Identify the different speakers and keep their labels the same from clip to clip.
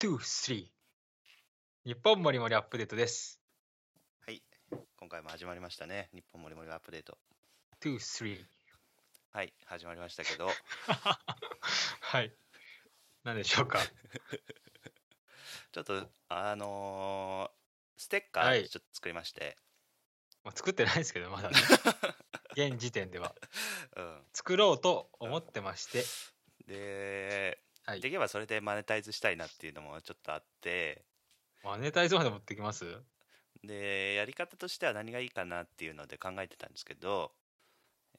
Speaker 1: 2、3日本もりもりアップデートです。
Speaker 2: はい、今回も始まりましたね。日本もりもりアップデート。
Speaker 1: 2、3。
Speaker 2: はい、始まりましたけど、
Speaker 1: はい。何でしょうか。
Speaker 2: ちょっと、あのーステッカ
Speaker 1: は
Speaker 2: ー
Speaker 1: い
Speaker 2: ちょっと作りまして、
Speaker 1: まあ、作ってないですけど、まだ ね、現時点では。作ろうと思ってまして。
Speaker 2: うん。で、
Speaker 1: はい
Speaker 2: できればそれでマネタイズしたいなっていうのもちょっとあって、
Speaker 1: マネタイズまで持ってきます
Speaker 2: で、やり方としては何がいいかなっていうので考えてたんですけど、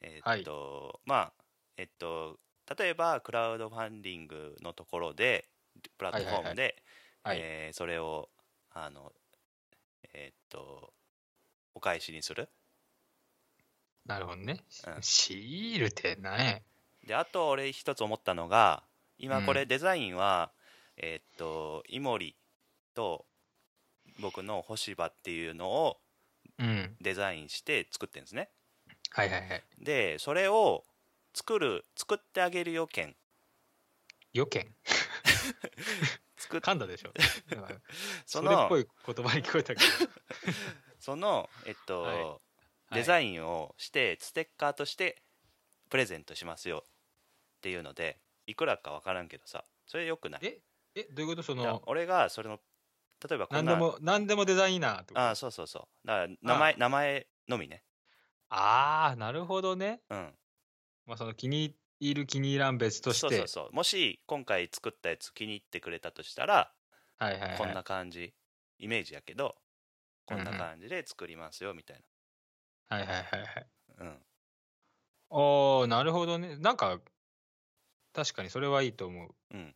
Speaker 2: えーっと、まあ、えっと、例えばクラウドファンディングのところで、プラットフォームで、
Speaker 1: はい。
Speaker 2: えーそれをあのえーっとお返しにする
Speaker 1: なるほどね
Speaker 2: う。ん
Speaker 1: シールってね。
Speaker 2: であと俺一つ思ったのが今こ
Speaker 1: う
Speaker 2: れデザインは、えーっとイモリと僕の干場っていうのを
Speaker 1: うん。
Speaker 2: デザインして作ってるんですね
Speaker 1: はいはいはい。
Speaker 2: でそれを作る作ってあげるよ券
Speaker 1: 予見。
Speaker 2: 作っ
Speaker 1: 噛んだでしょ。今
Speaker 2: そ
Speaker 1: れっ
Speaker 2: の
Speaker 1: ぽい言葉に聞こえたけど。
Speaker 2: そのえっと、
Speaker 1: は
Speaker 2: デザ
Speaker 1: イ
Speaker 2: インをしてステッカーとしてプレゼントしますよっていうのでいくらか分からんけどさそれよくない
Speaker 1: えン。え、どういうことそ
Speaker 2: いや
Speaker 1: の、
Speaker 2: 俺がそれの例えばこ
Speaker 1: 何
Speaker 2: んな
Speaker 1: でも、何でもデザイナーってこと
Speaker 2: ああそうそうそうだから名前名前のみね
Speaker 1: あー、なるほどね。
Speaker 2: うん
Speaker 1: まあ、その気に入る気に入らん別として。
Speaker 2: そうそうそうもし今回作ったやつ気に入ってくれたとしたら
Speaker 1: はいはい、はい。
Speaker 2: こんな感じイメージやけどこん
Speaker 1: うん
Speaker 2: な
Speaker 1: うん
Speaker 2: 感じで作りますよみたい
Speaker 1: はいはいはいはい。
Speaker 2: なうん
Speaker 1: おー、なるほどね。なんか、確かにそれはいいと思う。
Speaker 2: うん。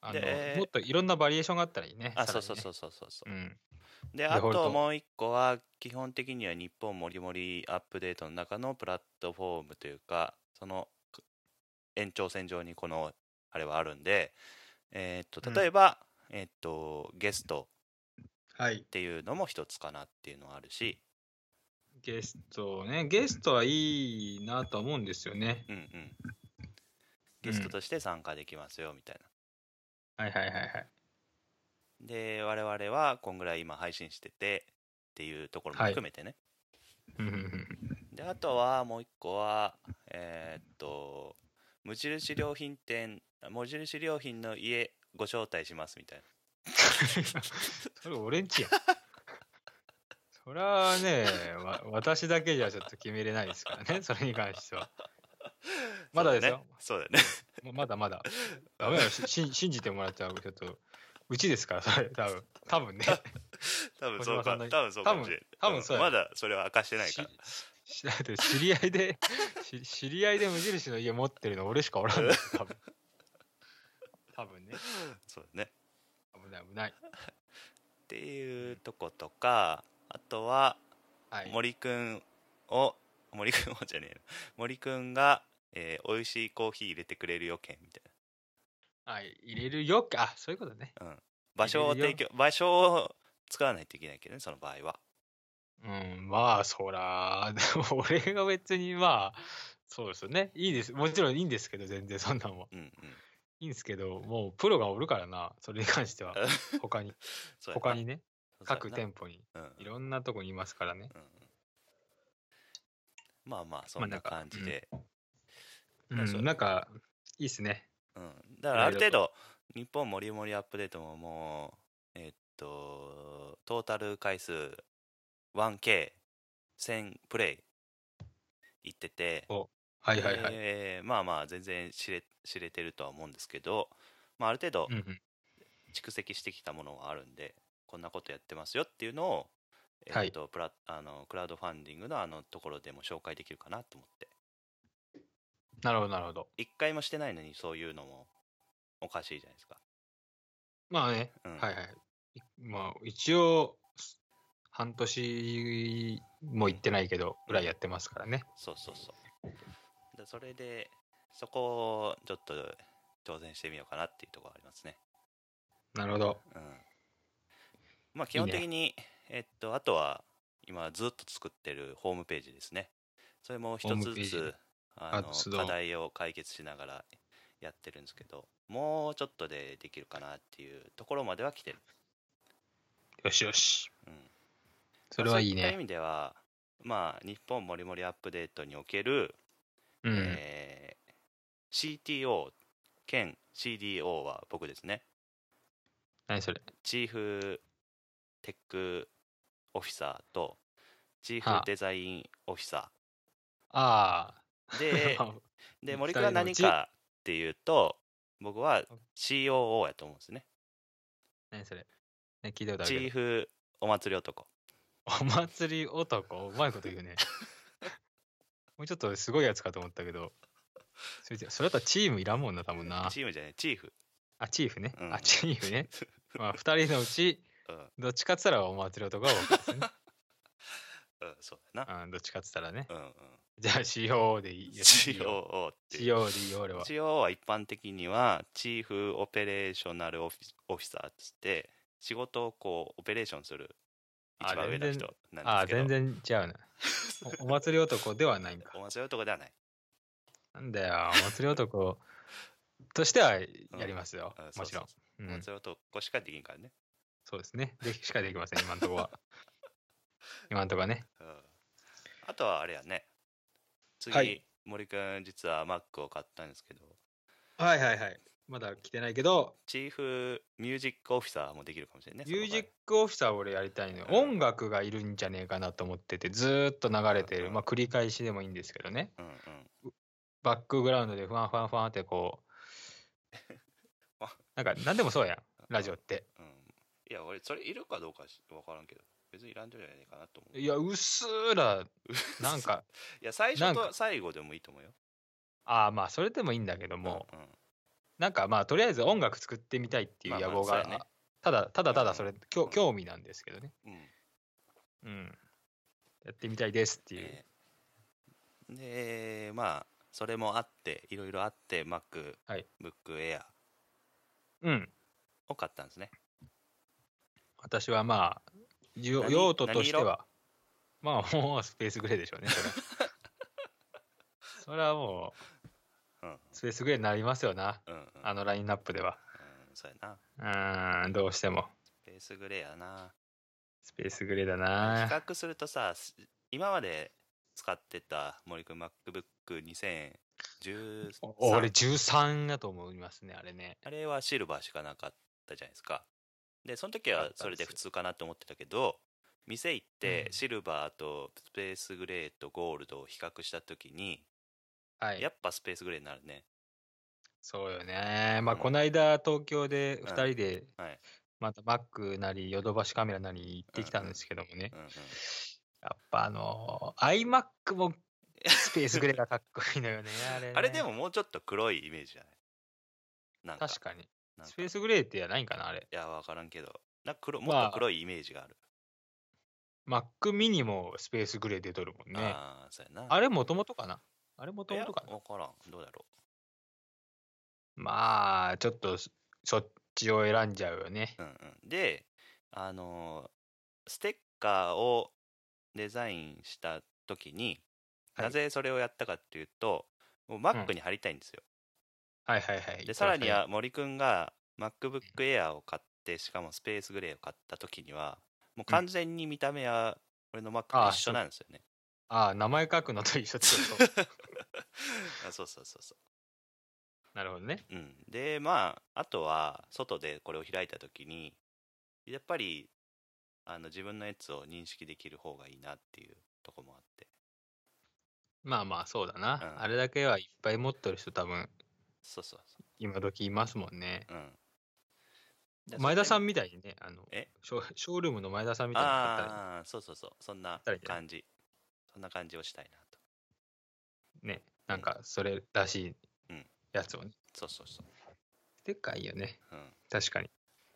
Speaker 1: あ
Speaker 2: で
Speaker 1: の、もっといろんなバリエーションがあったらいいね。。
Speaker 2: あそうそうそううそうそうそう
Speaker 1: うん。
Speaker 2: で
Speaker 1: デ
Speaker 2: あ
Speaker 1: フォルト
Speaker 2: ともう一個は基本的には日本もりもりアップデートの中のプラットフォームというかそのく延長線上にこのあれはあるんで、えーっ
Speaker 1: う
Speaker 2: と
Speaker 1: ん
Speaker 2: 例えば、えーっとゲスト
Speaker 1: はい
Speaker 2: っ。ていうのも一つかなっていうのはあるし、
Speaker 1: ゲストね。ゲストはいいなとは思うんですよね。
Speaker 2: うんうん、ゲストとして参加できますよみたいな。
Speaker 1: はいはいはいはい。
Speaker 2: で我々はこんぐらい今配信しててっていうところも
Speaker 1: はい
Speaker 2: 含めてね、
Speaker 1: うんうんうん
Speaker 2: であとはもう一個はえーっと無印良品店無印良品の家ご招待しますみたい
Speaker 1: それ俺んちやん。 それはね、わ私だけじゃちょっと決めれないですからね、それに関しては。
Speaker 2: な
Speaker 1: まだですよ。
Speaker 2: そうだね
Speaker 1: もうまだまだ。 ダメだよ、しし信じてもらっちゃう。ちょっと、うちですから、それ、多分 多分ね。
Speaker 2: そうだね多分そう
Speaker 1: 小島さ
Speaker 2: か
Speaker 1: んの
Speaker 2: 多分そうかもしれない
Speaker 1: 多分多分そうや
Speaker 2: まだそれは明かしてないから
Speaker 1: ししだって知り合いで、し知り合いで無印の家持ってるの俺しかお らんのよ、多分多分ね。
Speaker 2: そうだね
Speaker 1: 危ない危ない。
Speaker 2: っていうとことかあとは
Speaker 1: はい。
Speaker 2: 森くんを森くんをじゃねえな森くんが、えー、美味しいコーヒー入れてくれるよ券みたいな
Speaker 1: はい、入れるよ。あ、そういうことね。
Speaker 2: 場所を
Speaker 1: 入れる
Speaker 2: 提供場所を使わないといけないけどねその場合は
Speaker 1: うん、まあ、そら、 でも俺が別に、まあ、そうですよね。いいです。もちろんいいんですけど、全然そんなんは。
Speaker 2: うんうん
Speaker 1: いいんですけど、もうプロがおるからな、それに関して は。他に、
Speaker 2: そうやな
Speaker 1: 他にね、
Speaker 2: そうやな
Speaker 1: 各店舗に、
Speaker 2: うん
Speaker 1: いろんなとこにいますからね。
Speaker 2: うんうんまあまあそん
Speaker 1: な
Speaker 2: なん
Speaker 1: か
Speaker 2: 感じで、
Speaker 1: う、
Speaker 2: まあそうん
Speaker 1: なんか、いいっすね。
Speaker 2: うんだからある程
Speaker 1: いろ
Speaker 2: 度日本もりもりアップデートももうえっとトータル回数 1K1000 プレイいってて
Speaker 1: はいはいはい。
Speaker 2: えーまあまあ全然知れ知れてるとは思うんですけど、まあ、ある程度
Speaker 1: うんうん
Speaker 2: 蓄積してきたものがあるんでこんなことやってますよっていうのを、えっとプラあのクラウドファンディングのあのところでも紹介できるかなと思って
Speaker 1: なるほどなるほど。
Speaker 2: 一回もしてないのにそういうのもおかしいじゃないですか、
Speaker 1: まあね、
Speaker 2: うん
Speaker 1: はいはい。いまあ、一応、半年も行ってないけど、ぐらいやってますからね。
Speaker 2: そうそうそうでそれでそこをちょっと挑戦してみようかなっていうところありますね
Speaker 1: なるほど。
Speaker 2: うんまあ基本的にえっとあとは今ずっと作ってるホームページですねそれも一
Speaker 1: ホー
Speaker 2: つ
Speaker 1: ムペー
Speaker 2: ず
Speaker 1: ジ
Speaker 2: つあの
Speaker 1: 活動
Speaker 2: 課題を解決しながらやってるんですけどもうちょっとでできるかなっていうところまでは来てる、
Speaker 1: よしよし。
Speaker 2: うん、
Speaker 1: それはいい
Speaker 2: そういった意
Speaker 1: ね。
Speaker 2: 味ではまあ日本もりもりアップデートにおける、
Speaker 1: うん。
Speaker 2: えー CTO 兼 CDO は僕ですね
Speaker 1: 何それ。
Speaker 2: チーフテックオフィサーとチー
Speaker 1: は
Speaker 2: フ
Speaker 1: あ
Speaker 2: デザインオフィサ
Speaker 1: あ あ。
Speaker 2: ーで で森君は何かっていうと僕は COO やと思うんですね
Speaker 1: 何それ。ね、聞いたことあ
Speaker 2: チ
Speaker 1: るけ
Speaker 2: ー
Speaker 1: ど。
Speaker 2: フお祭り男
Speaker 1: お祭り男、うまいこと言う ね。もうちょっとすごいやつかと思ったけど。それじゃそれだったらチームいらんもんな、多分な。
Speaker 2: チームじゃないチーフ
Speaker 1: あ、チーフね。
Speaker 2: うん
Speaker 1: あ、チーフ ね。まあ、2人のうち、
Speaker 2: うん、
Speaker 1: どっちかっつったらお祭り男が多い ですね。
Speaker 2: うん、そうだな
Speaker 1: うん、どっちかっつったらね。
Speaker 2: うんうん
Speaker 1: じゃあ CO でいいよ。
Speaker 2: COO っていう
Speaker 1: CO でいいよ、俺は。
Speaker 2: COO は一般的にはチーフオペレーショナルオフィオフィサーっつって仕事をこうオペレーションする一番上の人
Speaker 1: あ
Speaker 2: なん
Speaker 1: あ、
Speaker 2: ですけど
Speaker 1: 全然違う な。おお祭り男ではないんか。
Speaker 2: お祭り男ではない
Speaker 1: なんだよ、お祭り男としてはやりますよ
Speaker 2: うんあ。そう
Speaker 1: もち
Speaker 2: そう
Speaker 1: ろん。う
Speaker 2: お
Speaker 1: ん
Speaker 2: 祭、り男しかできんからね、
Speaker 1: そうですね。でしかできません、今んとこ は。今んとこはね。
Speaker 2: うん、あとはあれやね次、
Speaker 1: はい
Speaker 2: 森くん実は Mac を買ったんですけど
Speaker 1: はいはいはい。まだ来てないけど、
Speaker 2: チーフミュージックオフィサーもできるかもしれないね
Speaker 1: ミュージックオフィサー俺やりたいのよ。音楽がいるんじゃねえかなと思ってて、ずーっと流れてる。まあ繰り返しでもいいんですけどね。
Speaker 2: その場合うんうん
Speaker 1: バックグラウンドでふわふわふわってこ う
Speaker 2: あ。
Speaker 1: なんか何でもそうやん、ラジオって。
Speaker 2: うん、いや俺それいるかどうかし分からんけど別にいらんじゃないかなと思う
Speaker 1: いや、うっすら、なんか、
Speaker 2: いや最
Speaker 1: な
Speaker 2: 初
Speaker 1: ん
Speaker 2: と
Speaker 1: か
Speaker 2: 最後でもいいと思うよ
Speaker 1: ああまあそれでもいいんだけども、
Speaker 2: うんうん
Speaker 1: なんかまあとりあえず音楽作ってみたいっていう
Speaker 2: まあま
Speaker 1: 野
Speaker 2: あ
Speaker 1: 望が、
Speaker 2: そうやね
Speaker 1: ただただただそれ、き
Speaker 2: う
Speaker 1: ょ
Speaker 2: ん
Speaker 1: 興味なんですけどね、う
Speaker 2: うん
Speaker 1: ん、やってみたいですっていう、
Speaker 2: えーでまあそれもあっていろいろあって MacBook
Speaker 1: はい
Speaker 2: Air
Speaker 1: うん
Speaker 2: を買ったんですね
Speaker 1: 私はまあ用
Speaker 2: 何
Speaker 1: 用途として
Speaker 2: 何
Speaker 1: はまあもうスペースグレーでしょうねそれは それはもう、
Speaker 2: うん
Speaker 1: スペースグレーになりますよな
Speaker 2: うんうん、うん、
Speaker 1: あのラインナップでは
Speaker 2: そうやな
Speaker 1: うーんどうしても
Speaker 2: ベースグレーやな
Speaker 1: スペースグレーだ
Speaker 2: 比
Speaker 1: な
Speaker 2: 較するとさす今まで使ってた森君 MacBook2013
Speaker 1: お俺13だと思いますねあれね
Speaker 2: あれはシルバーしかなかったじゃないですか。で、その時はそれで普通かなと思ってたけど、店行って
Speaker 1: うん
Speaker 2: シルバーとスペースグレーとゴールドを比較した時に、
Speaker 1: はい
Speaker 2: やっぱスペースグレーになるね。
Speaker 1: そうよね。まあ、
Speaker 2: うん
Speaker 1: この間、東京で
Speaker 2: うん
Speaker 1: 2人で、
Speaker 2: はい
Speaker 1: またマックなり、ヨドバシカメラなりに行ってきたんですけどもね
Speaker 2: う。んうん。
Speaker 1: やっぱあのー、iMac もスペースグレーがかっこいいの よね。あれね
Speaker 2: あれでももうちょっと黒いイメージじゃないなんか
Speaker 1: 確かに。
Speaker 2: なんか
Speaker 1: スペースグレーってやないんかな、あれ。
Speaker 2: いや、わからんけど、なんか黒も
Speaker 1: まあ
Speaker 2: っと黒いイメージがある。
Speaker 1: Mac mini もスペースグレー出とるもんね。あ
Speaker 2: ああ、そうやな。
Speaker 1: れ、もともとかな。あれ、もと
Speaker 2: い
Speaker 1: も
Speaker 2: や
Speaker 1: と
Speaker 2: わ
Speaker 1: かな。
Speaker 2: からん。どうだろ
Speaker 1: まあ、ちょっとそ、そっちを選んじゃうよね
Speaker 2: う。。うんうん。で、あのーステッカーをデザインした時に、
Speaker 1: はい
Speaker 2: なぜそれをやったかっていうと、もう Mac に貼りたいんですよ。
Speaker 1: はいはいはい。
Speaker 2: で、さらに
Speaker 1: は
Speaker 2: は森くんが MacBook Air を買って、しかもスペースグレーを買った時には、もう完全に見た目は俺の Mac
Speaker 1: あ
Speaker 2: と
Speaker 1: あ
Speaker 2: 一緒なんですよね。
Speaker 1: ああ、名前書くのと一緒って こと。
Speaker 2: あそうそうそうそ
Speaker 1: なるほどね。
Speaker 2: う。うん、で、まあ、あとは、外でこれを開いた時に、やっぱり、あの自分のやつを認識できる方がいいなっていうとこもあって。
Speaker 1: まあまあそうだな、
Speaker 2: うん
Speaker 1: あれだけはいっぱい持ってる人多分
Speaker 2: そうそうそ
Speaker 1: 今時いますもんね
Speaker 2: う。うん。で
Speaker 1: 前田さんみたいにねあの
Speaker 2: え
Speaker 1: ショーショールームの前田さんみたいになったら
Speaker 2: ああーそうそうそうそんな
Speaker 1: たらいいんじゃな
Speaker 2: 感じそんな感じをしたいなと
Speaker 1: ねなんかそれらしい
Speaker 2: うん
Speaker 1: やつをね
Speaker 2: そうそうそう
Speaker 1: でっかいよね
Speaker 2: うん
Speaker 1: 確かに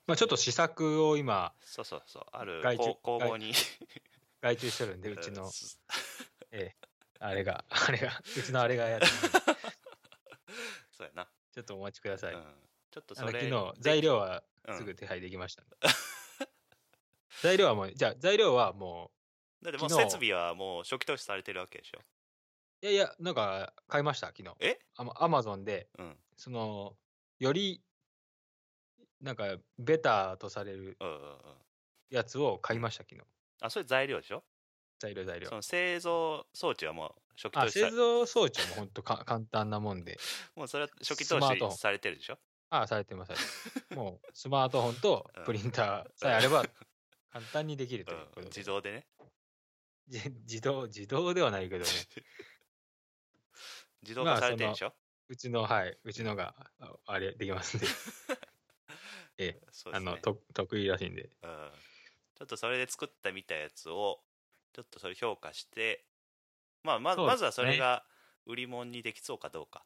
Speaker 1: まあちょっと試作を今
Speaker 2: そうそうそうある
Speaker 1: 外注
Speaker 2: こう工房に
Speaker 1: 外注してる んでうちのあれがあれがうちのあれがやってるん で
Speaker 2: そうやな、
Speaker 1: ちょっとお待ちください、
Speaker 2: うん
Speaker 1: あ、
Speaker 2: ちょっとそ
Speaker 1: の
Speaker 2: れ
Speaker 1: 昨日材料は
Speaker 2: うん
Speaker 1: すぐ手配できましたんで、材料はもうじゃあ材料はも
Speaker 2: だってもう
Speaker 1: 昨日
Speaker 2: 設備はもう初期投資されてるわけでしょ
Speaker 1: いやいや、なんか買いました、昨日。
Speaker 2: え
Speaker 1: アマアマゾンで、
Speaker 2: うん
Speaker 1: その、より、なんか、ベターとされる
Speaker 2: うんうんうん
Speaker 1: やつを買いました、昨日。
Speaker 2: あそれ材料でしょ
Speaker 1: 材料材料
Speaker 2: そ。の製造装置はもう初期
Speaker 1: あ、
Speaker 2: 投資さ
Speaker 1: 製造装置も本当か簡単なもんで。
Speaker 2: もうそれは初期
Speaker 1: ス
Speaker 2: 投
Speaker 1: マートフォ
Speaker 2: 資
Speaker 1: ン
Speaker 2: されてるでしょ
Speaker 1: あ、されてます、され てますもう、スマートフォンとプリンターさえあれば、簡単にできるというこ
Speaker 2: う
Speaker 1: と
Speaker 2: ん、
Speaker 1: で
Speaker 2: 自動でね
Speaker 1: じ 自動、自動ではない けどね。
Speaker 2: 自動化されてるでしょ、
Speaker 1: うちの、はい、うちのが、ああれ、できますんで、
Speaker 2: そうで
Speaker 1: あ
Speaker 2: すね
Speaker 1: の、と得意らしいんで。
Speaker 2: うん、ちょっとそれで作ったみたいなやつをちょっとそれ評価して、まあ、ま
Speaker 1: そうですね
Speaker 2: まずはそれが売り物にできそうかどうか、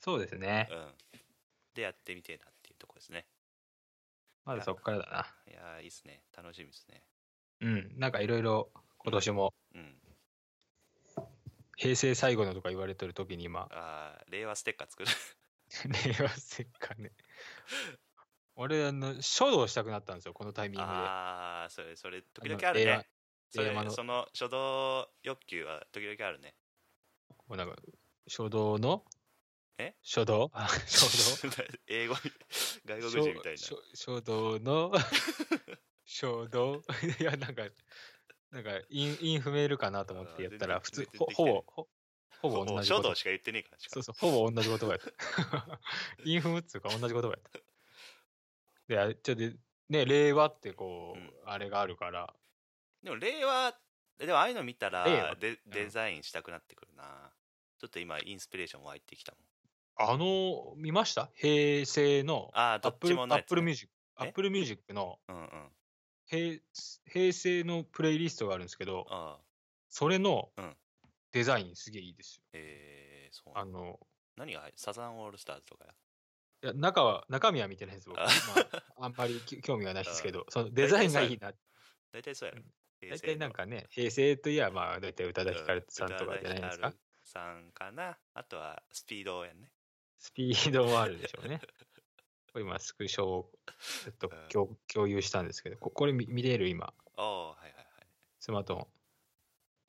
Speaker 1: そうですね
Speaker 2: う。ん、でやってみてえなっていうところですね
Speaker 1: まずそこからだな。
Speaker 2: いやーいいですね楽しみですね
Speaker 1: うん、なんかいろいろ今年も
Speaker 2: うん
Speaker 1: 平成最後のとか言われてる時に 今
Speaker 2: あー令和ステッカー作る
Speaker 1: 令和せっかね俺あの書道したくなったんですよこのタイミングで
Speaker 2: ああそれそれ時々
Speaker 1: あの
Speaker 2: ある
Speaker 1: 令和
Speaker 2: ねそ
Speaker 1: 令和
Speaker 2: れ
Speaker 1: の
Speaker 2: その初動欲求は時々あるね
Speaker 1: もうなんか書道の
Speaker 2: え
Speaker 1: 書 道あ書
Speaker 2: 英語外
Speaker 1: 道
Speaker 2: 国人みたいな
Speaker 1: 書書道の 書道 いやなんかなんかインインフメールかなと思ってやった
Speaker 2: あ
Speaker 1: ら
Speaker 2: ー
Speaker 1: 普
Speaker 2: 全然
Speaker 1: 通ほほぼほほぼ同
Speaker 2: もう
Speaker 1: じ
Speaker 2: 書
Speaker 1: 言
Speaker 2: 道
Speaker 1: 葉
Speaker 2: しか言ってねえからしか
Speaker 1: そうそう、ほぼ同じ言葉やった。 インフムっつうか同じ言葉やった。で、あちょっと、ね、令和ってこう、
Speaker 2: うん
Speaker 1: あれがあるから、
Speaker 2: でも令和でもああいうの見たら
Speaker 1: 令和
Speaker 2: デデザインしたくなってくるな、ちょっと今インスピレーション湧いてきたもん
Speaker 1: あの、見ました平成の、
Speaker 2: ああ
Speaker 1: ア
Speaker 2: ど
Speaker 1: ッ
Speaker 2: っ
Speaker 1: プ
Speaker 2: ち
Speaker 1: ル、
Speaker 2: も
Speaker 1: ア
Speaker 2: の
Speaker 1: ッ
Speaker 2: やつ
Speaker 1: プルミ
Speaker 2: ね、
Speaker 1: ュージック、アップルミュージックの
Speaker 2: うんうん
Speaker 1: 平、平成のプレイリストがあるんですけど、
Speaker 2: ああ
Speaker 1: それの
Speaker 2: うん
Speaker 1: デザインすげえいいですよ。
Speaker 2: えー、そう
Speaker 1: あの、
Speaker 2: 何が入サザンオールスターズとかや
Speaker 1: いや中は、中身は見てないです、僕。
Speaker 2: あ
Speaker 1: まあ、あんまりき 興味がないですけど、その
Speaker 2: 体
Speaker 1: デザインが
Speaker 2: そう
Speaker 1: いいな。
Speaker 2: 大体そうやろ平
Speaker 1: 大
Speaker 2: 成
Speaker 1: 体
Speaker 2: の
Speaker 1: なんかね、平成といえば、まあ、大体宇多田ヒカルさんとかじゃないですか
Speaker 2: うん宇多田ヒカル。さんかなあとはスピードやんね
Speaker 1: スピードもあるでしょうね。 これ今、スクショをちょっと共,、共有したんですけど、ここれ見見れる今、
Speaker 2: おおはいはいはい
Speaker 1: スマートフォン。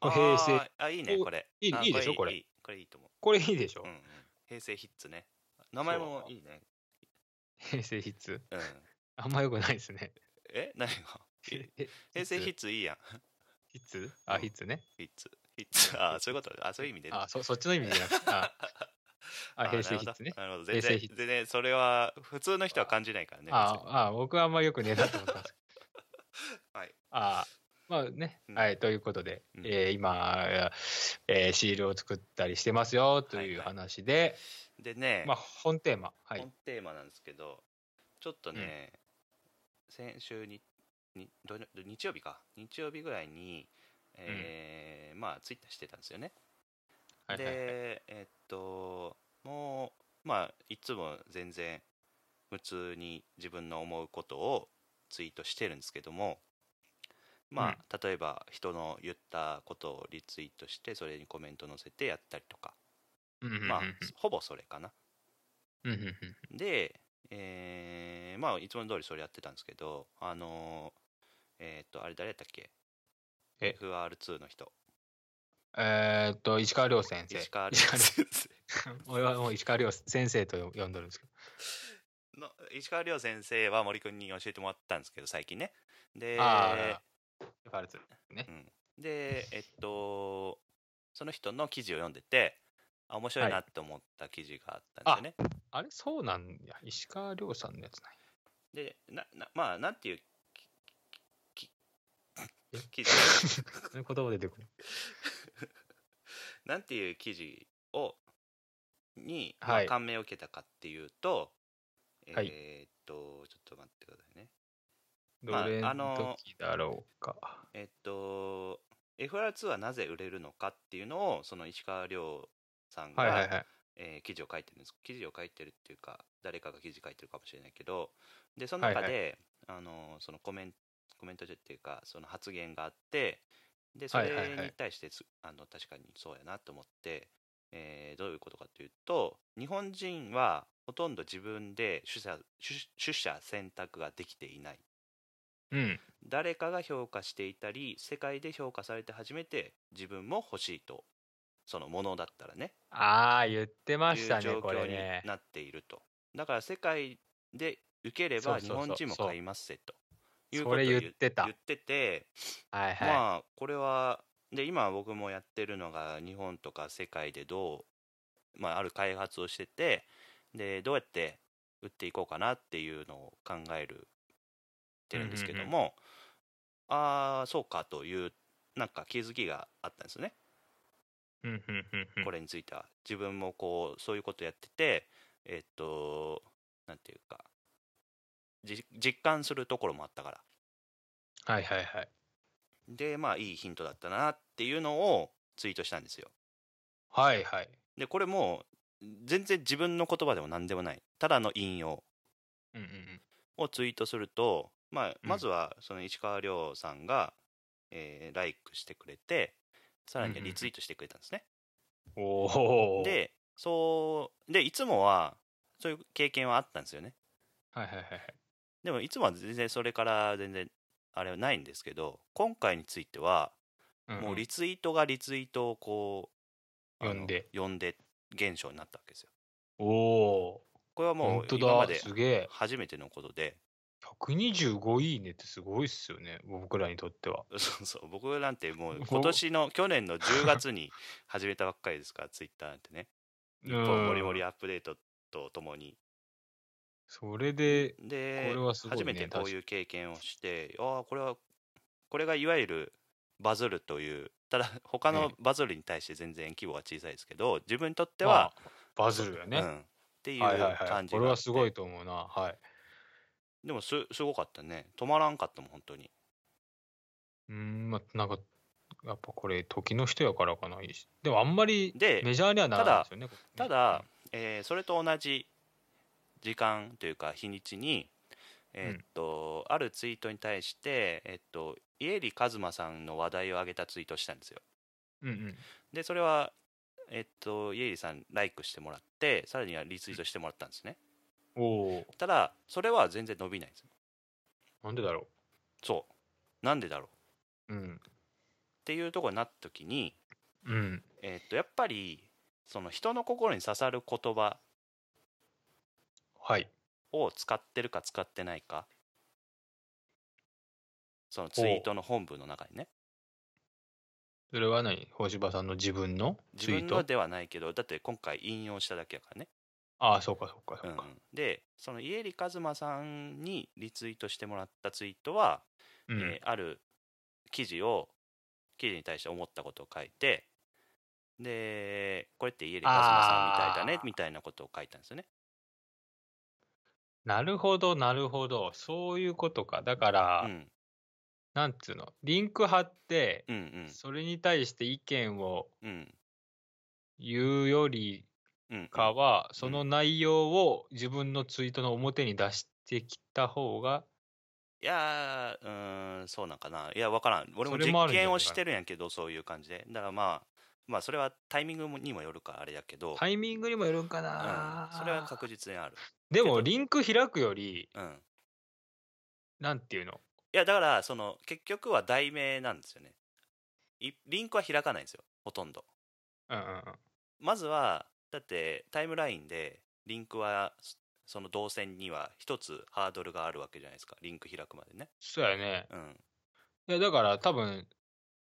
Speaker 2: あ
Speaker 1: これ平成、
Speaker 2: ーあいいね
Speaker 1: お
Speaker 2: これ
Speaker 1: いい
Speaker 2: あ
Speaker 1: いいでしょこれ
Speaker 2: いいこれいいと思
Speaker 1: これいいでしょ、
Speaker 2: う、うんうん、平成ヒッツね名前もいいね
Speaker 1: 平成ヒッツ。
Speaker 2: うん
Speaker 1: あんま良くないですね。
Speaker 2: え 何がえ平成ヒッ
Speaker 1: ツ
Speaker 2: ツいいやん
Speaker 1: ヒッツあ、
Speaker 2: うん
Speaker 1: ヒッツね。
Speaker 2: ヒッツ。ヒッツ。ああ、そういうこと。あそういう意味でね。
Speaker 1: あそ、そっ ちの意味じゃなくて。 あ、あ平成ヒッツね。
Speaker 2: なるほど。なるほど全
Speaker 1: 平成
Speaker 2: 然
Speaker 1: ヒッ、ツ
Speaker 2: 全然、それは、普通の人は感じないからね。
Speaker 1: ああ、僕はあんま良くねえなと思ったんですけど。
Speaker 2: はい。
Speaker 1: あまあね、
Speaker 2: うん
Speaker 1: はい、ということで、
Speaker 2: うん
Speaker 1: えー今、えーシールを作ったりしてますよと
Speaker 2: はい
Speaker 1: いう
Speaker 2: はい
Speaker 1: 話で、
Speaker 2: でね、
Speaker 1: まあ、本テーマ、はい
Speaker 2: 本、テーマなんですけど、ちょっとね、先週に、に土曜日曜日か。日曜日ぐらいに、えーまあ、ツイッターしてたんですよね。
Speaker 1: はいはいはい
Speaker 2: で、えっと、もう、まあ、いつも全然、普通に自分の思うことをツイートしてるんですけども、まあ、例えば人の言ったことをリツイートして、それにコメント載せてやったりとか、
Speaker 1: うんうんうん
Speaker 2: まあ、ほぼそれかな。
Speaker 1: うんうんうん
Speaker 2: で、えーまあ、いつも通りそれやってたんですけど、あのーえっと、あれ誰やったっけ
Speaker 1: え
Speaker 2: ?FR2 の人。
Speaker 1: えーっと、石川遼先生。
Speaker 2: 石川
Speaker 1: 石川遼
Speaker 2: 先生。
Speaker 1: 俺はもう石川遼先生と呼んどるんですけど。
Speaker 2: の石川遼先生は森君に教えてもらったんですけど最近ねで
Speaker 1: あファルツ。
Speaker 2: でえっとその人の記事を読んでてあ面白
Speaker 1: は
Speaker 2: いなと思った記事があったんですよね、
Speaker 1: あれそうなんや。石川遼さんのやつない。
Speaker 2: でななまあなんていうききき記事
Speaker 1: 言葉出てくる。
Speaker 2: なんていう記事をに、まあ
Speaker 1: はい
Speaker 2: 感銘を受けたかっていうと
Speaker 1: はい
Speaker 2: えーっとちょっと待ってくださいね
Speaker 1: ど
Speaker 2: まあ
Speaker 1: れ
Speaker 2: あの
Speaker 1: の時だろうか。
Speaker 2: えっと FR2 はなぜ売れるのかっていうのをその石川遼さんが、
Speaker 1: はいはいはい。
Speaker 2: えー記事を書いてるんです記事を書いてるっていうか誰かが記事書いてるかもしれないけどでその中で、
Speaker 1: はい
Speaker 2: あのそのコメンコメント中っていうかその発言があってでそ
Speaker 1: は
Speaker 2: れ
Speaker 1: いはいはい
Speaker 2: に対してつあの確かにそうやなと思って、えーどういうことかというと日本人はほとんど自分で取捨取取捨選択ができていない
Speaker 1: うん。
Speaker 2: 誰かが評価していたり世界で評価されて初めて自分も欲しいとそのものだったらね
Speaker 1: ああ、言ってま
Speaker 2: い
Speaker 1: し
Speaker 2: う
Speaker 1: た
Speaker 2: 状
Speaker 1: ね、こ
Speaker 2: 況
Speaker 1: れ
Speaker 2: に
Speaker 1: ね。
Speaker 2: なっているとだから世界で受けれ
Speaker 1: そう
Speaker 2: ば
Speaker 1: そう
Speaker 2: 日
Speaker 1: そう
Speaker 2: 本人も
Speaker 1: そう
Speaker 2: 買いますせという
Speaker 1: そ
Speaker 2: ことを
Speaker 1: れ
Speaker 2: 言
Speaker 1: 言ってた
Speaker 2: 言。ってて
Speaker 1: はいは
Speaker 2: まあこれはで今僕もやってるのが日本とか世界でどう、まあ、ある開発をしててでどうやって売っていこうかなっていうのを考えるってるんですけども、ああそうかというなんか気づきがあったんですよね
Speaker 1: い。うんうんうんうん
Speaker 2: これについては自分もこうそういうことやっててえっとなんていうかじ実感するところもあったから
Speaker 1: はいはいはい。
Speaker 2: でまあいいヒントだったなっていうのをツイートしたんですよ
Speaker 1: はいはい。
Speaker 2: でこれもう全然自分の言葉でも何でもないただの引用
Speaker 1: うんうんうん。を
Speaker 2: をツイートすると、まあ、
Speaker 1: うん
Speaker 2: まずはその石川亮さんが、えーライクしてくれてさら
Speaker 1: うん
Speaker 2: に
Speaker 1: うんうん
Speaker 2: リツイートしてくれたんですね、
Speaker 1: おお。、
Speaker 2: でそうでいつもはそういう経験はあったんですよね
Speaker 1: はいはいはいはい。
Speaker 2: でもいつもは全然それから全然あれはないんですけど今回については
Speaker 1: んん
Speaker 2: もうリツイートがリツイートをこうあの
Speaker 1: 呼んで
Speaker 2: 呼んで現象になったわけですよ
Speaker 1: おお。
Speaker 2: これはも
Speaker 1: 本
Speaker 2: う
Speaker 1: 当
Speaker 2: 今ま
Speaker 1: だ。
Speaker 2: です
Speaker 1: げえ。
Speaker 2: 初めてのことで
Speaker 1: 125いいねってすごいっすよね。僕らにとっては。
Speaker 2: そうそう僕なんても う
Speaker 1: お
Speaker 2: 今年の去年の10月に始めたばっかりですから ツイッターなんてね
Speaker 1: うん
Speaker 2: こうもりもりアップデートとともに
Speaker 1: それで、
Speaker 2: で
Speaker 1: これはすごいね
Speaker 2: 初めてこういう経験をしてああこれはこれがいわゆるバズるというただ他の
Speaker 1: ね
Speaker 2: バズるに対して全然規模は小さいですけど自分にとっては、
Speaker 1: まあバズるよね。
Speaker 2: うん、っていう
Speaker 1: はいはいは
Speaker 2: 感
Speaker 1: い。
Speaker 2: じ
Speaker 1: これ
Speaker 2: があ
Speaker 1: は
Speaker 2: って
Speaker 1: すごいと思うな。はい。
Speaker 2: でもすすごかったね止まらんかったもん本当に
Speaker 1: うーん、まあ、なんか、やっぱこれ、時の人やからかな。いいしでも、あんまり
Speaker 2: で
Speaker 1: メジャーにはならないですよね。これ
Speaker 2: た
Speaker 1: ね
Speaker 2: だ、えーそれと同じ時間というか日にちに、えーっとあるツイートに対して、えっと家入一馬さんの話題を挙げたツイートをしたんですよ
Speaker 1: うんうん。
Speaker 2: でそれは、えっと家入さんライクしてもらってさらにはリツイートしてもらったんですね
Speaker 1: おお。
Speaker 2: ただそれは全然伸びないんですよ
Speaker 1: なんでだろ
Speaker 2: そうなんでだろうっ
Speaker 1: う。うん。
Speaker 2: ていうところになった時に、
Speaker 1: うん。
Speaker 2: えっとやっぱりその人の心に刺さる言葉
Speaker 1: はい。
Speaker 2: を使ってるか使ってないかそのツイートの本文の中にね
Speaker 1: それは何大柴さんの自分の
Speaker 2: 自
Speaker 1: ツイー
Speaker 2: 分の
Speaker 1: ト
Speaker 2: ではないけどだって今回引用しただけやからね、
Speaker 1: ああ、そうかそうか
Speaker 2: う
Speaker 1: そ
Speaker 2: んう
Speaker 1: うんか。
Speaker 2: でその家入一馬さんにリツイートしてもらったツイートは、
Speaker 1: うん。
Speaker 2: えーある記事を記事に対して思ったことを書いてでこれって家入一馬さんみたいだね
Speaker 1: あー
Speaker 2: みたいなことを書いたんですよね
Speaker 1: なるほど、なるほど。そういうことか。だから、
Speaker 2: うん
Speaker 1: なんつうの、リンク貼って、
Speaker 2: うんうん
Speaker 1: それに対して意見を
Speaker 2: うん
Speaker 1: 言うより
Speaker 2: うん
Speaker 1: かは、その内容を自分のツイートの表に出してきた方が、
Speaker 2: いやーうーんそうなんかないや分からん俺
Speaker 1: そ
Speaker 2: も
Speaker 1: れもあるん
Speaker 2: 実
Speaker 1: じゃない
Speaker 2: 験
Speaker 1: か
Speaker 2: を
Speaker 1: な
Speaker 2: してるんやけどそういう感じでだからまあまあそれはタイミングにもよるからあれだけど、
Speaker 1: タイミングにもよるんか
Speaker 2: うん
Speaker 1: な、、
Speaker 2: それは確実にある
Speaker 1: でも、リンク開くより、
Speaker 2: うん
Speaker 1: なんていうの
Speaker 2: いやだからその結局は題名なんですよねいリンクは開かないんですよほとんど
Speaker 1: うんうんうん。
Speaker 2: まずはだってタイムラインでリンクはそその動線には一つハードルがあるわけじゃないですかリンク開くまでね
Speaker 1: そうやね。
Speaker 2: うん
Speaker 1: いや、だから多分、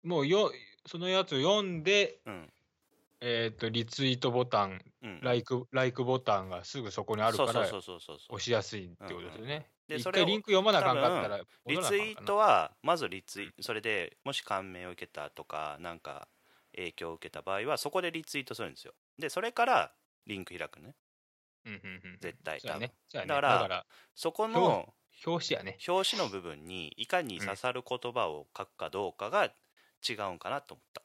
Speaker 1: もうよ、そのやつ読んで、
Speaker 2: うん
Speaker 1: えっ、と、リツイートボタン、
Speaker 2: うん
Speaker 1: ライク、ライクボタンがすぐそこにあるから、
Speaker 2: そうそうそうそうそう
Speaker 1: 押しやすいってことですよね。
Speaker 2: うんうんで
Speaker 1: 一
Speaker 2: それを
Speaker 1: 回リンク読まなあかんかったら、
Speaker 2: リ
Speaker 1: 戻らなあ
Speaker 2: ツ
Speaker 1: かん
Speaker 2: イ
Speaker 1: かな
Speaker 2: ートはまずリツイそれでもし感銘を受けたとかなんか影響を受けた場合はそこでリツイートするんですよでそれからリンク開くね
Speaker 1: うんうんうんうん
Speaker 2: 絶対
Speaker 1: そうやね。そうやね。だ
Speaker 2: だか
Speaker 1: からら、
Speaker 2: そこの
Speaker 1: 表紙やね。
Speaker 2: 表紙の部分にいかに刺さる言葉を書くかどうかが違うんかなと思っ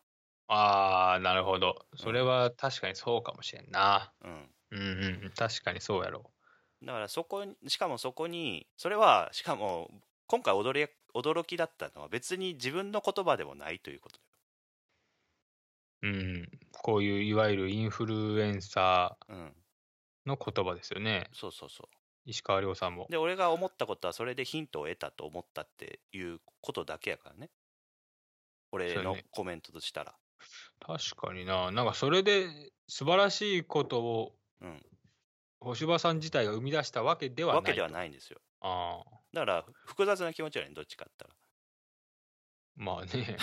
Speaker 1: あー、なるほど。それは確かにそうかもしれんな。
Speaker 2: た、うん、
Speaker 1: うんうんうん、確かにそうやろ
Speaker 2: だからそこにしかもそこにそれはしかも今回驚り驚きだったのは別に自分の言葉でもないということ
Speaker 1: う。うん。こういういわゆるインフルエンサ
Speaker 2: うん
Speaker 1: ーの言葉ですよね。
Speaker 2: そうそうそう
Speaker 1: 石川亮さんも。
Speaker 2: で俺が思ったことはそれでヒントを得たと思ったっていうことだけやからね俺
Speaker 1: そう
Speaker 2: の
Speaker 1: ね
Speaker 2: コメントとしたら
Speaker 1: 確かにな、なんかそれで素晴らしいことを、
Speaker 2: うん
Speaker 1: 星葉さん自体が生み出したわけではない
Speaker 2: わ
Speaker 1: と。
Speaker 2: けではないんですよ
Speaker 1: ああ、
Speaker 2: だから複雑な気持ちよねどっちかって言っ
Speaker 1: まあね。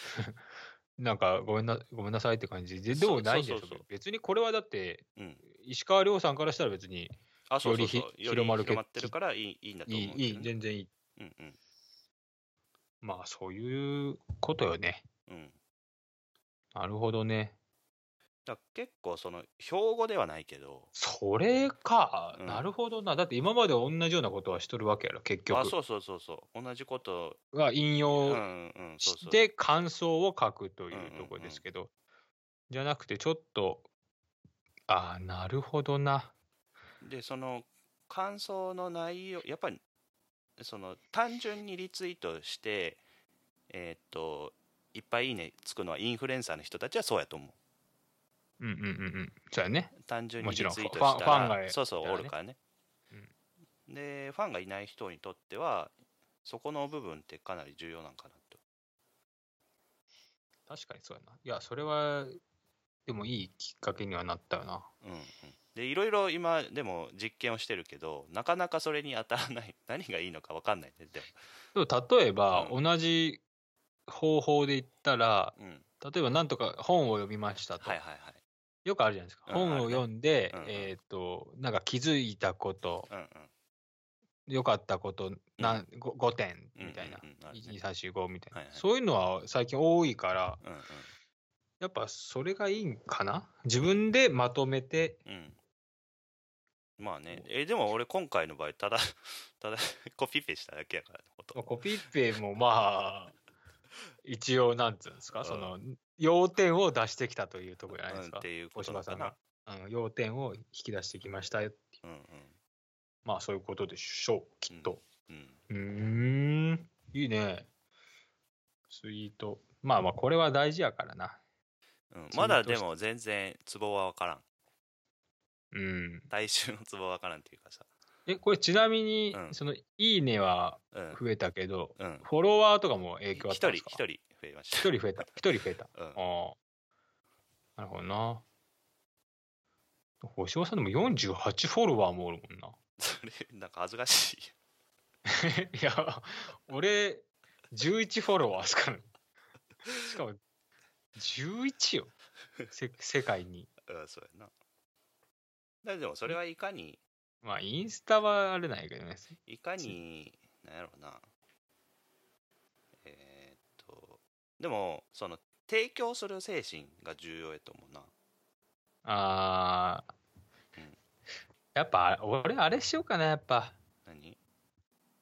Speaker 1: なんかごめんな、ごめんなさいって感じで、でもないんでしょ
Speaker 2: そうそうそうそう
Speaker 1: 別にこれはだって、
Speaker 2: たらうん
Speaker 1: 石川亮さんからしたら別に
Speaker 2: あそうそうそう
Speaker 1: よりひ広まる
Speaker 2: 広まってるからいいいいんだと
Speaker 1: いい
Speaker 2: 思、う
Speaker 1: い
Speaker 2: い
Speaker 1: い、全然いい。
Speaker 2: うんうん
Speaker 1: まあそういうことよね。
Speaker 2: うん
Speaker 1: なるほどね。
Speaker 2: だから結構その標語ではないけど
Speaker 1: それか、
Speaker 2: うん
Speaker 1: なるほどな。だって今までは同じようなことはしとるわけやろ、結
Speaker 2: あ
Speaker 1: 局。
Speaker 2: そうそうそうそう同じこと
Speaker 1: は引
Speaker 2: うんう
Speaker 1: 用
Speaker 2: んそう
Speaker 1: し
Speaker 2: そう
Speaker 1: て感想を書くとい
Speaker 2: んうんうん
Speaker 1: うとこですけど、じゃなくてちょっと、ああ、なるほどな。
Speaker 2: でその感想の内容やっぱりその単純にリツイートしてえーっといっぱいいいねつくのはインフルエンサーの人たちはそうやと思う
Speaker 1: うんうんうんうん。そうやね。
Speaker 2: 単純に
Speaker 1: も
Speaker 2: リ
Speaker 1: ち
Speaker 2: ツイ
Speaker 1: ろん
Speaker 2: ート
Speaker 1: ファン
Speaker 2: した
Speaker 1: ファンがいたら
Speaker 2: ら
Speaker 1: ね
Speaker 2: そうそうおるからねでファンがいない人にとってはそこの部分ってかなり重要なんかなと
Speaker 1: 確かにそうやな。いや、それは、でもいいきっかけにはなったよな。
Speaker 2: うんうんでいろいろ今でも実験をしてるけどなかなかそれに当たらない何がいいのか分かんないねで
Speaker 1: でも例えば、
Speaker 2: う
Speaker 1: 同じ方法で言ったら、
Speaker 2: も、うん、
Speaker 1: 例えばなんとか本を読みましたと。
Speaker 2: はいはいはい
Speaker 1: よくあるじゃないですか。
Speaker 2: うん
Speaker 1: 本を読んで、
Speaker 2: あるねうんうん
Speaker 1: えっ、と、なんか気づいたこと、
Speaker 2: うんうん
Speaker 1: 良かったこと、なんご 5, 点
Speaker 2: うん
Speaker 1: みたいな。
Speaker 2: うんうんあるね
Speaker 1: 1、2、3、4、5みたいな、
Speaker 2: はいはい
Speaker 1: そういうのは最近多いから、
Speaker 2: うん
Speaker 1: やっぱそれがいいんかな自分でまとめて、
Speaker 2: うんまあねえでも俺今回の場合ただ ただコピペしただけやからねほとんど
Speaker 1: コピペも まあ、一応なんつうんです
Speaker 2: う
Speaker 1: か、
Speaker 2: ん
Speaker 1: その、要点を出してきたというところじゃないで
Speaker 2: う
Speaker 1: す
Speaker 2: ん、
Speaker 1: か
Speaker 2: っ。ていうこ
Speaker 1: 大
Speaker 2: とな
Speaker 1: 島さ
Speaker 2: のか
Speaker 1: ん
Speaker 2: な
Speaker 1: が、うん、要点を引き出してきましたよ。
Speaker 2: うんうん
Speaker 1: まあそういうことでしょう、きっと。
Speaker 2: うん
Speaker 1: うーん、いいね。ツイート。まあまあ、これは大事やからな。
Speaker 2: う
Speaker 1: ツイ
Speaker 2: ん、
Speaker 1: ート
Speaker 2: まだでも全然ツボは分からん
Speaker 1: うん。
Speaker 2: 大衆のツボは分からんっていうかさ
Speaker 1: え、これちなみに、
Speaker 2: うん
Speaker 1: その、いいねは
Speaker 2: うん
Speaker 1: 増えたけど、
Speaker 2: うん
Speaker 1: フォロワーとかも影響あ
Speaker 2: 一
Speaker 1: った
Speaker 2: 人
Speaker 1: んで
Speaker 2: 一
Speaker 1: すか
Speaker 2: 人増えました
Speaker 1: 一人増えた。一人増えた。
Speaker 2: うん
Speaker 1: ああ。なるほどな。星尾さんでも48フォロワーもおるもんな。
Speaker 2: それなんか恥ずかしい
Speaker 1: いや、俺、11フォロワーですから。しかも、11よ。せ世界に。
Speaker 2: うん、そうやな。だでもそれはいかに、
Speaker 1: まあ、インスタはあれなんやけどね。
Speaker 2: いかに、なんやろうな。えーっと、でも、その、提供する精神が重要やと思うな。
Speaker 1: ああ
Speaker 2: うん。
Speaker 1: やっぱ、俺、あれしようかな、やっぱ。
Speaker 2: 何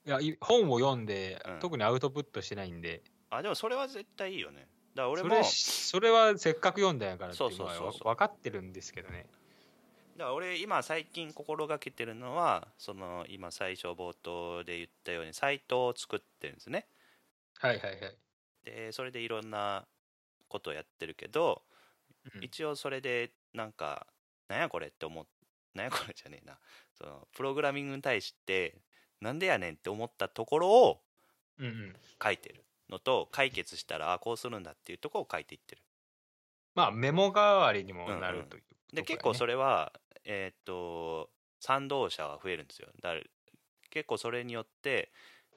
Speaker 1: いや、い本を読んで、
Speaker 2: うん
Speaker 1: 特にアウトプットしてないんで、
Speaker 2: あ、でもそれは絶対いいよね。だから俺
Speaker 1: そ
Speaker 2: も、
Speaker 1: れ
Speaker 2: だか
Speaker 1: それはせっかく読んだんやからって
Speaker 2: そう
Speaker 1: いう
Speaker 2: そ
Speaker 1: の
Speaker 2: うそう
Speaker 1: は
Speaker 2: そう
Speaker 1: わ分かってるんですけどね。
Speaker 2: ら俺今最近心がけてるのは、その、今最初冒頭で言ったように、サイトを作ってるんですね。
Speaker 1: はいはいはい。
Speaker 2: で、それでいろんなことをやってるけど、
Speaker 1: うん
Speaker 2: 一応それでなんかなんやこれって思っなんやこれじゃねえなそのプログラミングに対してなんでやねんって思ったところを
Speaker 1: うんうん。
Speaker 2: 書いてるのと解決したらあこうするんだっていうところを書いていってる
Speaker 1: まあ、メモ代わりにもなるという、
Speaker 2: で結構そ
Speaker 1: れ。
Speaker 2: れはえーっと賛同者が増えるんですよだから結構それによって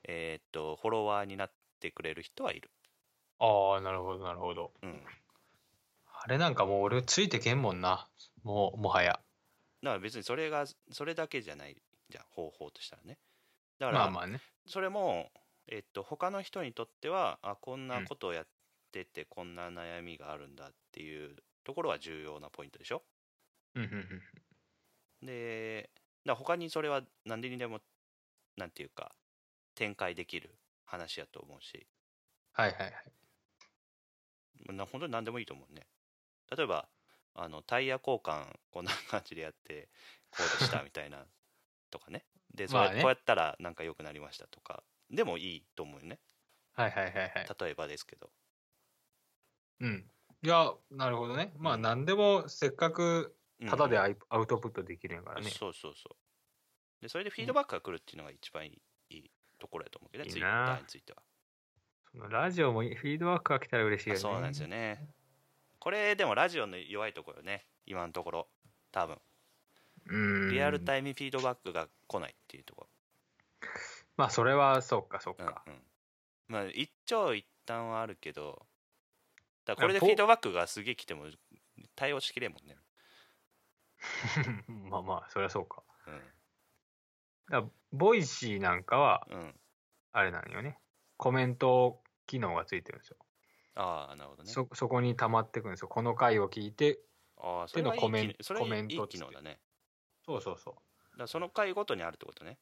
Speaker 2: えーっとフォロワーになってくれる人はいる
Speaker 1: ああ、なるほど、なるほど。
Speaker 2: うん
Speaker 1: あれなんかもう俺、ついてけんもんな。もう、もはや。
Speaker 2: だから別にそれがそれだけじゃないじゃん方法としたらねだから
Speaker 1: まあまあね。
Speaker 2: それも、えっと、他の人にとってはあこんなことをやってて、こんな悩みがあるんだっていうところは重要なポイントでしょ
Speaker 1: うんうんうん。
Speaker 2: でだから他にそれは何でにでもなんていうか展開できる話やと思うし
Speaker 1: はいはいはい。
Speaker 2: な本当に何でもいいと思うね例えばあのタイヤ交換こんな感じでやってこうでしたみたいなとかねでそれ
Speaker 1: まあね
Speaker 2: こうやったらなんか良くなりましたとかでもいいと思うよね
Speaker 1: はいはいはいはい。
Speaker 2: 例えばですけど
Speaker 1: うん。いや、なるほどね。まあ、なんでもせっかく
Speaker 2: うん
Speaker 1: ただでアイアウトプットできるんやからね。
Speaker 2: そうそうそうでそれでフィードバックが来るっていうのが一番いいいいところやと思うけどね
Speaker 1: いい
Speaker 2: ツイッ
Speaker 1: な
Speaker 2: タ
Speaker 1: あ
Speaker 2: ーについては
Speaker 1: そのラジオもフィードバックが来たら嬉しいよ
Speaker 2: あ
Speaker 1: ね。
Speaker 2: そうなんですよねこれでもラジオの弱いところよね今のところ多分
Speaker 1: うん
Speaker 2: リアルタイムフィードバックが来ないっていうとこ
Speaker 1: まあそれはそうかそう
Speaker 2: ろ、
Speaker 1: か、
Speaker 2: うんうん、まあ一長一短はあるけどだからこれでフィードバックがすげえ来ても対応しきれんもんね、
Speaker 1: まあまあそりゃそうか
Speaker 2: う
Speaker 1: だからボイシーなんかは
Speaker 2: んうん、
Speaker 1: あれなんよねコメント機能がついてるんですよ、
Speaker 2: ああなるほどね
Speaker 1: そそこに溜まってくんですよこの回を聞いて
Speaker 2: ああそれはいい
Speaker 1: 手のコメン
Speaker 2: 機能それはいい
Speaker 1: コメント
Speaker 2: いい機能だね
Speaker 1: そうそうそう
Speaker 2: だからその回ごとにあるってことね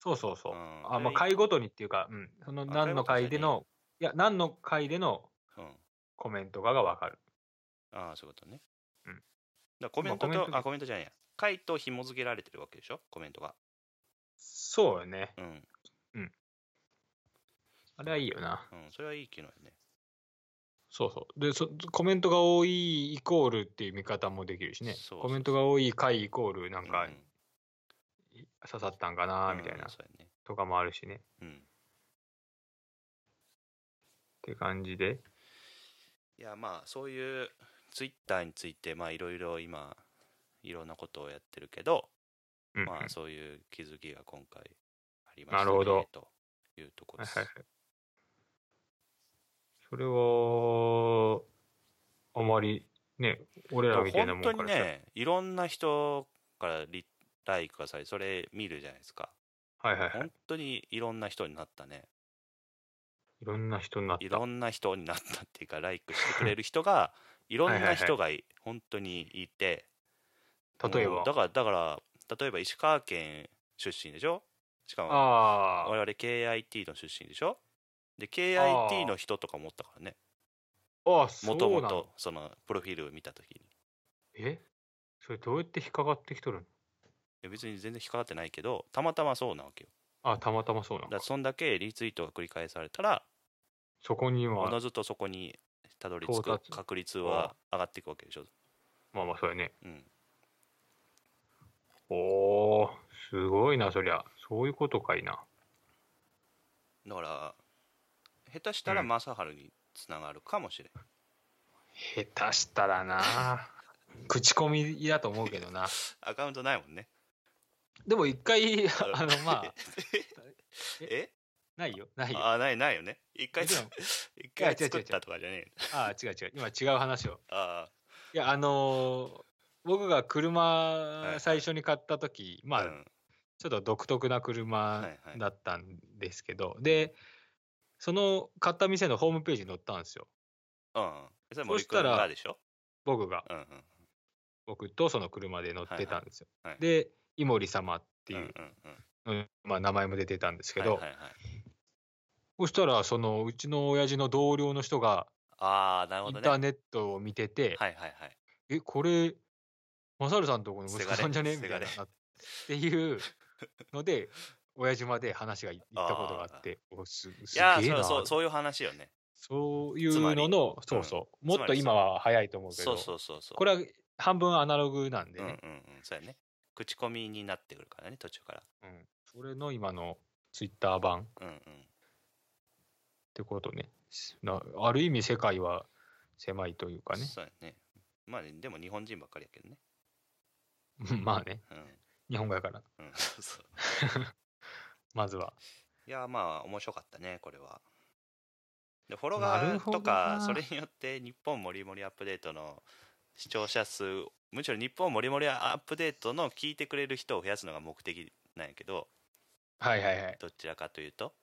Speaker 1: そうそうそう、
Speaker 2: うん
Speaker 1: あまあ回ごとにっていうか、うん、その何の回でのいや何の回での
Speaker 2: うん
Speaker 1: コメントかが分かる
Speaker 2: ああそういうことね
Speaker 1: うん
Speaker 2: だからコメント
Speaker 1: まあコメ
Speaker 2: と
Speaker 1: ント
Speaker 2: あコメントじゃないや回と紐付けられてるわけでしょコメントが
Speaker 1: そうよね
Speaker 2: うん
Speaker 1: あれはいいよな
Speaker 2: うんそれはいい機能やね
Speaker 1: そうそうでそコメントが多いイコールっていう見方もできるしね
Speaker 2: そうそうそう
Speaker 1: コメントが多い回イコールなんか
Speaker 2: うん
Speaker 1: 刺さったんかなみたいな、
Speaker 2: うんそうやね
Speaker 1: とかもあるしねっ
Speaker 2: うん
Speaker 1: て感じで
Speaker 2: いやまあそういうツイッターについてまあいろいろ今いろんなことをやってるけど、
Speaker 1: うん、
Speaker 2: ま
Speaker 1: は
Speaker 2: あ
Speaker 1: い
Speaker 2: そういう気づきが今回ありまし
Speaker 1: な
Speaker 2: たね
Speaker 1: るほど
Speaker 2: というとこ
Speaker 1: は
Speaker 2: ろ
Speaker 1: い
Speaker 2: です、
Speaker 1: はいそれはあまりね俺らみたいなもんから
Speaker 2: 本当に
Speaker 1: したら
Speaker 2: ねいろんな人からリライクがされそれ見るじゃないですか
Speaker 1: はいはいはい
Speaker 2: 本当にいろんな人になったね
Speaker 1: いろんな人になっ
Speaker 2: い
Speaker 1: た
Speaker 2: ろんな人になったっていうかライクしてくれる人 がいろんな人がい本当にいて
Speaker 1: 例えば
Speaker 2: もうだからだから例えば石川県出身でしょしかも
Speaker 1: あ
Speaker 2: 我
Speaker 1: あ
Speaker 2: 々 KIT の出身でしょで
Speaker 1: あ
Speaker 2: KIT
Speaker 1: ー
Speaker 2: の人とか持ったからね
Speaker 1: ああそ
Speaker 2: もと
Speaker 1: う
Speaker 2: も
Speaker 1: なの
Speaker 2: とそのプロフィール見た時にい
Speaker 1: えそれどうやって引っかかってきとるの
Speaker 2: や別に全然引っかかってないけどたまたまそうなわけよ
Speaker 1: あたまたまそうな
Speaker 2: だ
Speaker 1: の
Speaker 2: から
Speaker 1: か
Speaker 2: そんだけリツイートが繰り返されたら
Speaker 1: そこに
Speaker 2: お
Speaker 1: は
Speaker 2: のずとそこにたどり着
Speaker 1: 到
Speaker 2: く
Speaker 1: 達
Speaker 2: 確率は上がっていくわけでしょ、
Speaker 1: まあまあそうやね
Speaker 2: うん、
Speaker 1: おおすごいなそりゃそういうことかいな
Speaker 2: だから下手したら
Speaker 1: うん
Speaker 2: 正治につながるかもしれん、
Speaker 1: 下手したらな口コミだと思うけどな
Speaker 2: アカウントないもんね
Speaker 1: でも一回あのまあ
Speaker 2: え
Speaker 1: ないよないよ
Speaker 2: あないないよね一回
Speaker 1: もちろん
Speaker 2: 一回
Speaker 1: いや違う違う違う
Speaker 2: 作ったとかじゃねえ
Speaker 1: ああ違う違う今違う話を
Speaker 2: あ
Speaker 1: いやあのー僕が
Speaker 2: いは
Speaker 1: 車
Speaker 2: い
Speaker 1: 最初に買った時、
Speaker 2: あ、
Speaker 1: まあ、
Speaker 2: うん
Speaker 1: ちょっと独特な車
Speaker 2: はいはい
Speaker 1: だったんですけど、でその買った店のホームページに載ったんですよ
Speaker 2: うん、それ森
Speaker 1: そした
Speaker 2: 君
Speaker 1: ら
Speaker 2: がでしょ
Speaker 1: 僕が
Speaker 2: うんうん
Speaker 1: 僕とその車で乗ってたんですよ、
Speaker 2: はいはいはい
Speaker 1: で井森様って
Speaker 2: う
Speaker 1: い
Speaker 2: ん
Speaker 1: う
Speaker 2: うん、う
Speaker 1: う
Speaker 2: ん
Speaker 1: んまあ、名前も出てたんですけど、
Speaker 2: はいはいはい、
Speaker 1: そしたらそのうちの親父の同僚の人が
Speaker 2: ああなる
Speaker 1: イ
Speaker 2: ほ
Speaker 1: ン
Speaker 2: どね
Speaker 1: ター
Speaker 2: はい
Speaker 1: ネットを見てて「
Speaker 2: はいはい
Speaker 1: えこれマサルさんとこの息子さんじゃね?」み
Speaker 2: せ
Speaker 1: た
Speaker 2: が
Speaker 1: い
Speaker 2: れ
Speaker 1: な
Speaker 2: せ
Speaker 1: って いうので親父まで話がい行ったことがあっておすす
Speaker 2: いや
Speaker 1: げえ
Speaker 2: ー
Speaker 1: な
Speaker 2: そうそうそういう話よね
Speaker 1: そういうののそうそうもっと今は早いと思うけ
Speaker 2: そ
Speaker 1: ど
Speaker 2: うそうそうそう
Speaker 1: これは半分アナログなんで
Speaker 2: うんうんう
Speaker 1: ね
Speaker 2: ん、そうやね口コミになってくるからね途中から
Speaker 1: うんそれの今のツイッター版っ
Speaker 2: うんうん
Speaker 1: てことねなある意味世界は狭いというかね
Speaker 2: そうやねまあねでも日本人ばっかりやけどね
Speaker 1: まあね
Speaker 2: うん
Speaker 1: 日本語やから
Speaker 2: うんそうそう
Speaker 1: まずはい
Speaker 2: やーまあ面白かったねこれはでフォロワ
Speaker 1: なる
Speaker 2: ー
Speaker 1: ほど
Speaker 2: とか
Speaker 1: な
Speaker 2: それによって日本もりもりアップデートの視聴者数むしろ日本もりもりアップデートの聞いてくれる人を増やすのが目的なんやけど
Speaker 1: はいはいはい
Speaker 2: どちらかというと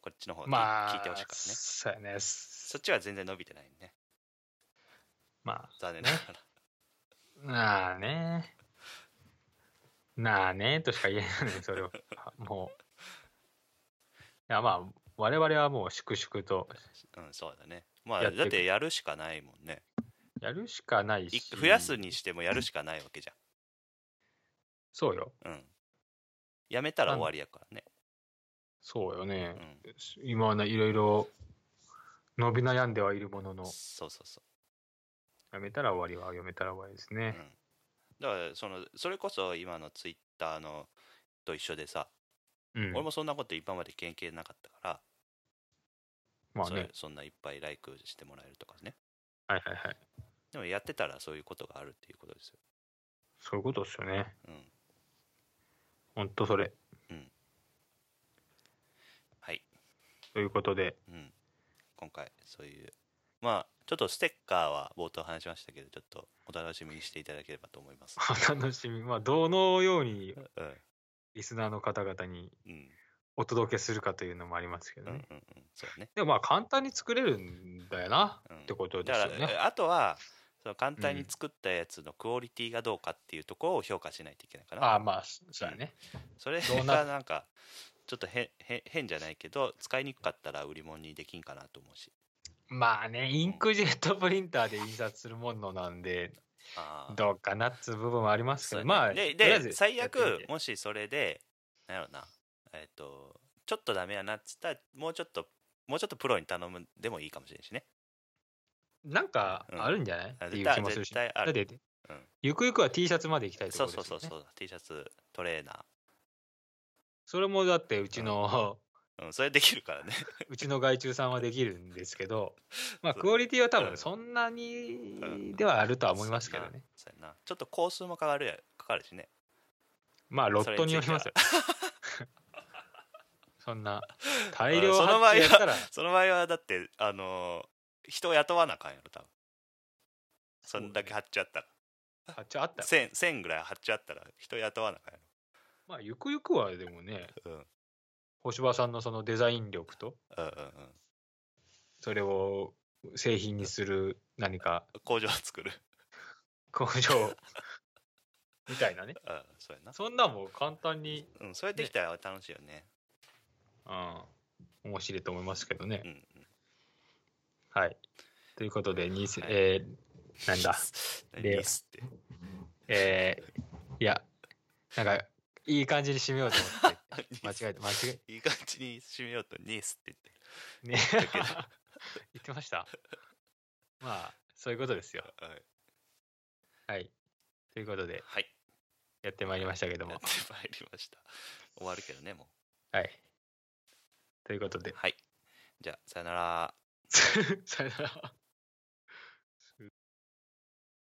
Speaker 2: こっちの方で
Speaker 1: まあ
Speaker 2: 聞いてほしいからね、
Speaker 1: そうやね
Speaker 2: そっちは全然伸びてないね
Speaker 1: ま
Speaker 2: 残念ながら
Speaker 1: あなあねなあねとしか言えないねそれは もういやまあ我々はもう粛々と
Speaker 2: うんそうだねま
Speaker 1: や
Speaker 2: あ
Speaker 1: っていく
Speaker 2: だってやるしかないもんね
Speaker 1: やるしかない
Speaker 2: い
Speaker 1: し
Speaker 2: 増やすにしてもやるしかないわけじ
Speaker 1: そうよ
Speaker 2: ゃんうんやめたら終わりやからね
Speaker 1: そうよね
Speaker 2: う、ん
Speaker 1: 今はないろいろ伸び悩んではいるものの
Speaker 2: そうそうそ
Speaker 1: やめたら終わりは読めたら終わりです
Speaker 2: う、うん
Speaker 1: ね、、
Speaker 2: だからそのそれこそ今のツイッターのと一緒でさ、
Speaker 1: うん
Speaker 2: 俺もそんなこと今まで経験なかったから、
Speaker 1: まあ
Speaker 2: それ
Speaker 1: ね
Speaker 2: そんないっぱいライクしてもらえるとかね
Speaker 1: はいはいはい。
Speaker 2: でもやってたらそういうことがあるっていうことですよ。
Speaker 1: そういうことですよね。
Speaker 2: うん。
Speaker 1: ほんとそれ。
Speaker 2: はい。
Speaker 1: ということで、
Speaker 2: うん。今回、そういう。まあ、ちょっとステッカーは冒頭話しましたけど、ちょっとお楽しみにしていただければと思い ます。
Speaker 1: お楽しみ。まあ、どのように
Speaker 2: うん。
Speaker 1: リスナーの方々に
Speaker 2: うん。
Speaker 1: お届けするかというのもありますけ
Speaker 2: うん。う
Speaker 1: どね。
Speaker 2: ん。うんそうだね。
Speaker 1: でもまあ、簡単に作れるんだよな、
Speaker 2: うん
Speaker 1: ってことで
Speaker 2: だ
Speaker 1: す
Speaker 2: か
Speaker 1: よ
Speaker 2: ら、
Speaker 1: ね。
Speaker 2: あとは、その簡単に作ったやつのクオリティがどうかっていうところを評価しないといけないかな。
Speaker 1: ああ、まあ、そそうだね。
Speaker 2: それ
Speaker 1: どうな
Speaker 2: がなんか、ちょっとへへ変じゃないけど、使いにくかったら売り物にできんかなと思うし。
Speaker 1: まあね、インクジェットプリンターで印刷するものなんで、
Speaker 2: ああ。
Speaker 1: どうかなっつう部分はありますけ
Speaker 2: そ
Speaker 1: ど、
Speaker 2: うね
Speaker 1: まあ、
Speaker 2: で
Speaker 1: とりあえず
Speaker 2: で最
Speaker 1: やってみ
Speaker 2: 悪
Speaker 1: て
Speaker 2: もしそれでなんやろなえっ、とちょっとダメやなっつったらもうちょっともうちょっとプロに頼むでもいいかもしれんしね
Speaker 1: なんかあるんじゃない、
Speaker 2: うん
Speaker 1: っていう気もするし、
Speaker 2: 絶対ある
Speaker 1: だって
Speaker 2: うん
Speaker 1: ゆくゆくは T シャツまで行きたいとこ
Speaker 2: そ
Speaker 1: ろ
Speaker 2: う
Speaker 1: です
Speaker 2: そ
Speaker 1: よ、
Speaker 2: う
Speaker 1: ね、
Speaker 2: そうそう、T シャツトレーナ
Speaker 1: それもだってうちの、
Speaker 2: ー、うん、それできるからね
Speaker 1: うちの外注さんはできるんですけ ど、まあ
Speaker 2: そう
Speaker 1: クオリティは多
Speaker 2: うん
Speaker 1: 分そんなに
Speaker 2: ん
Speaker 1: ではあるとは思いますけどね。
Speaker 2: そうやなちょっと工数もかかるやかかるしね
Speaker 1: まあロットにより ますよ。そんな大量発注やったら、
Speaker 2: その場合はだってあのー人を雇わなあかんやろ多分そんだけ貼っちゃったら
Speaker 1: 発注あったら、
Speaker 2: 1000 1000ぐらい貼っちゃったら人雇わなあかんや
Speaker 1: まあゆくゆくはでもね、
Speaker 2: ろうん
Speaker 1: 星葉さんのそのデザイン力と、
Speaker 2: うんうんうん
Speaker 1: それを製品にする何か
Speaker 2: 工場を作る
Speaker 1: 工場 みたいなね。
Speaker 2: うんそうやな
Speaker 1: そんなんも簡単に、
Speaker 2: うん、それできたら楽しいよね。
Speaker 1: うん、面白いと思いますけどね。
Speaker 2: うんうん、
Speaker 1: はい。ということで、にせ
Speaker 2: はい
Speaker 1: えーなん だ、
Speaker 2: リスって。
Speaker 1: えーいや、なんか、いい感じに締めようと思って、 間違えて、間違
Speaker 2: えいい感じに締めようとニースって
Speaker 1: え、ね、
Speaker 2: 言ってるけど。
Speaker 1: 言ってましたまあ、そういうことですよ。
Speaker 2: はい
Speaker 1: はい。ということで、
Speaker 2: はい。
Speaker 1: やってまいりましたけど
Speaker 2: や
Speaker 1: も
Speaker 2: って。まいりました。終わるけどね、も
Speaker 1: はい。ということ
Speaker 2: う
Speaker 1: で。、
Speaker 2: はい。じゃあ、さよなら。
Speaker 1: さよなら。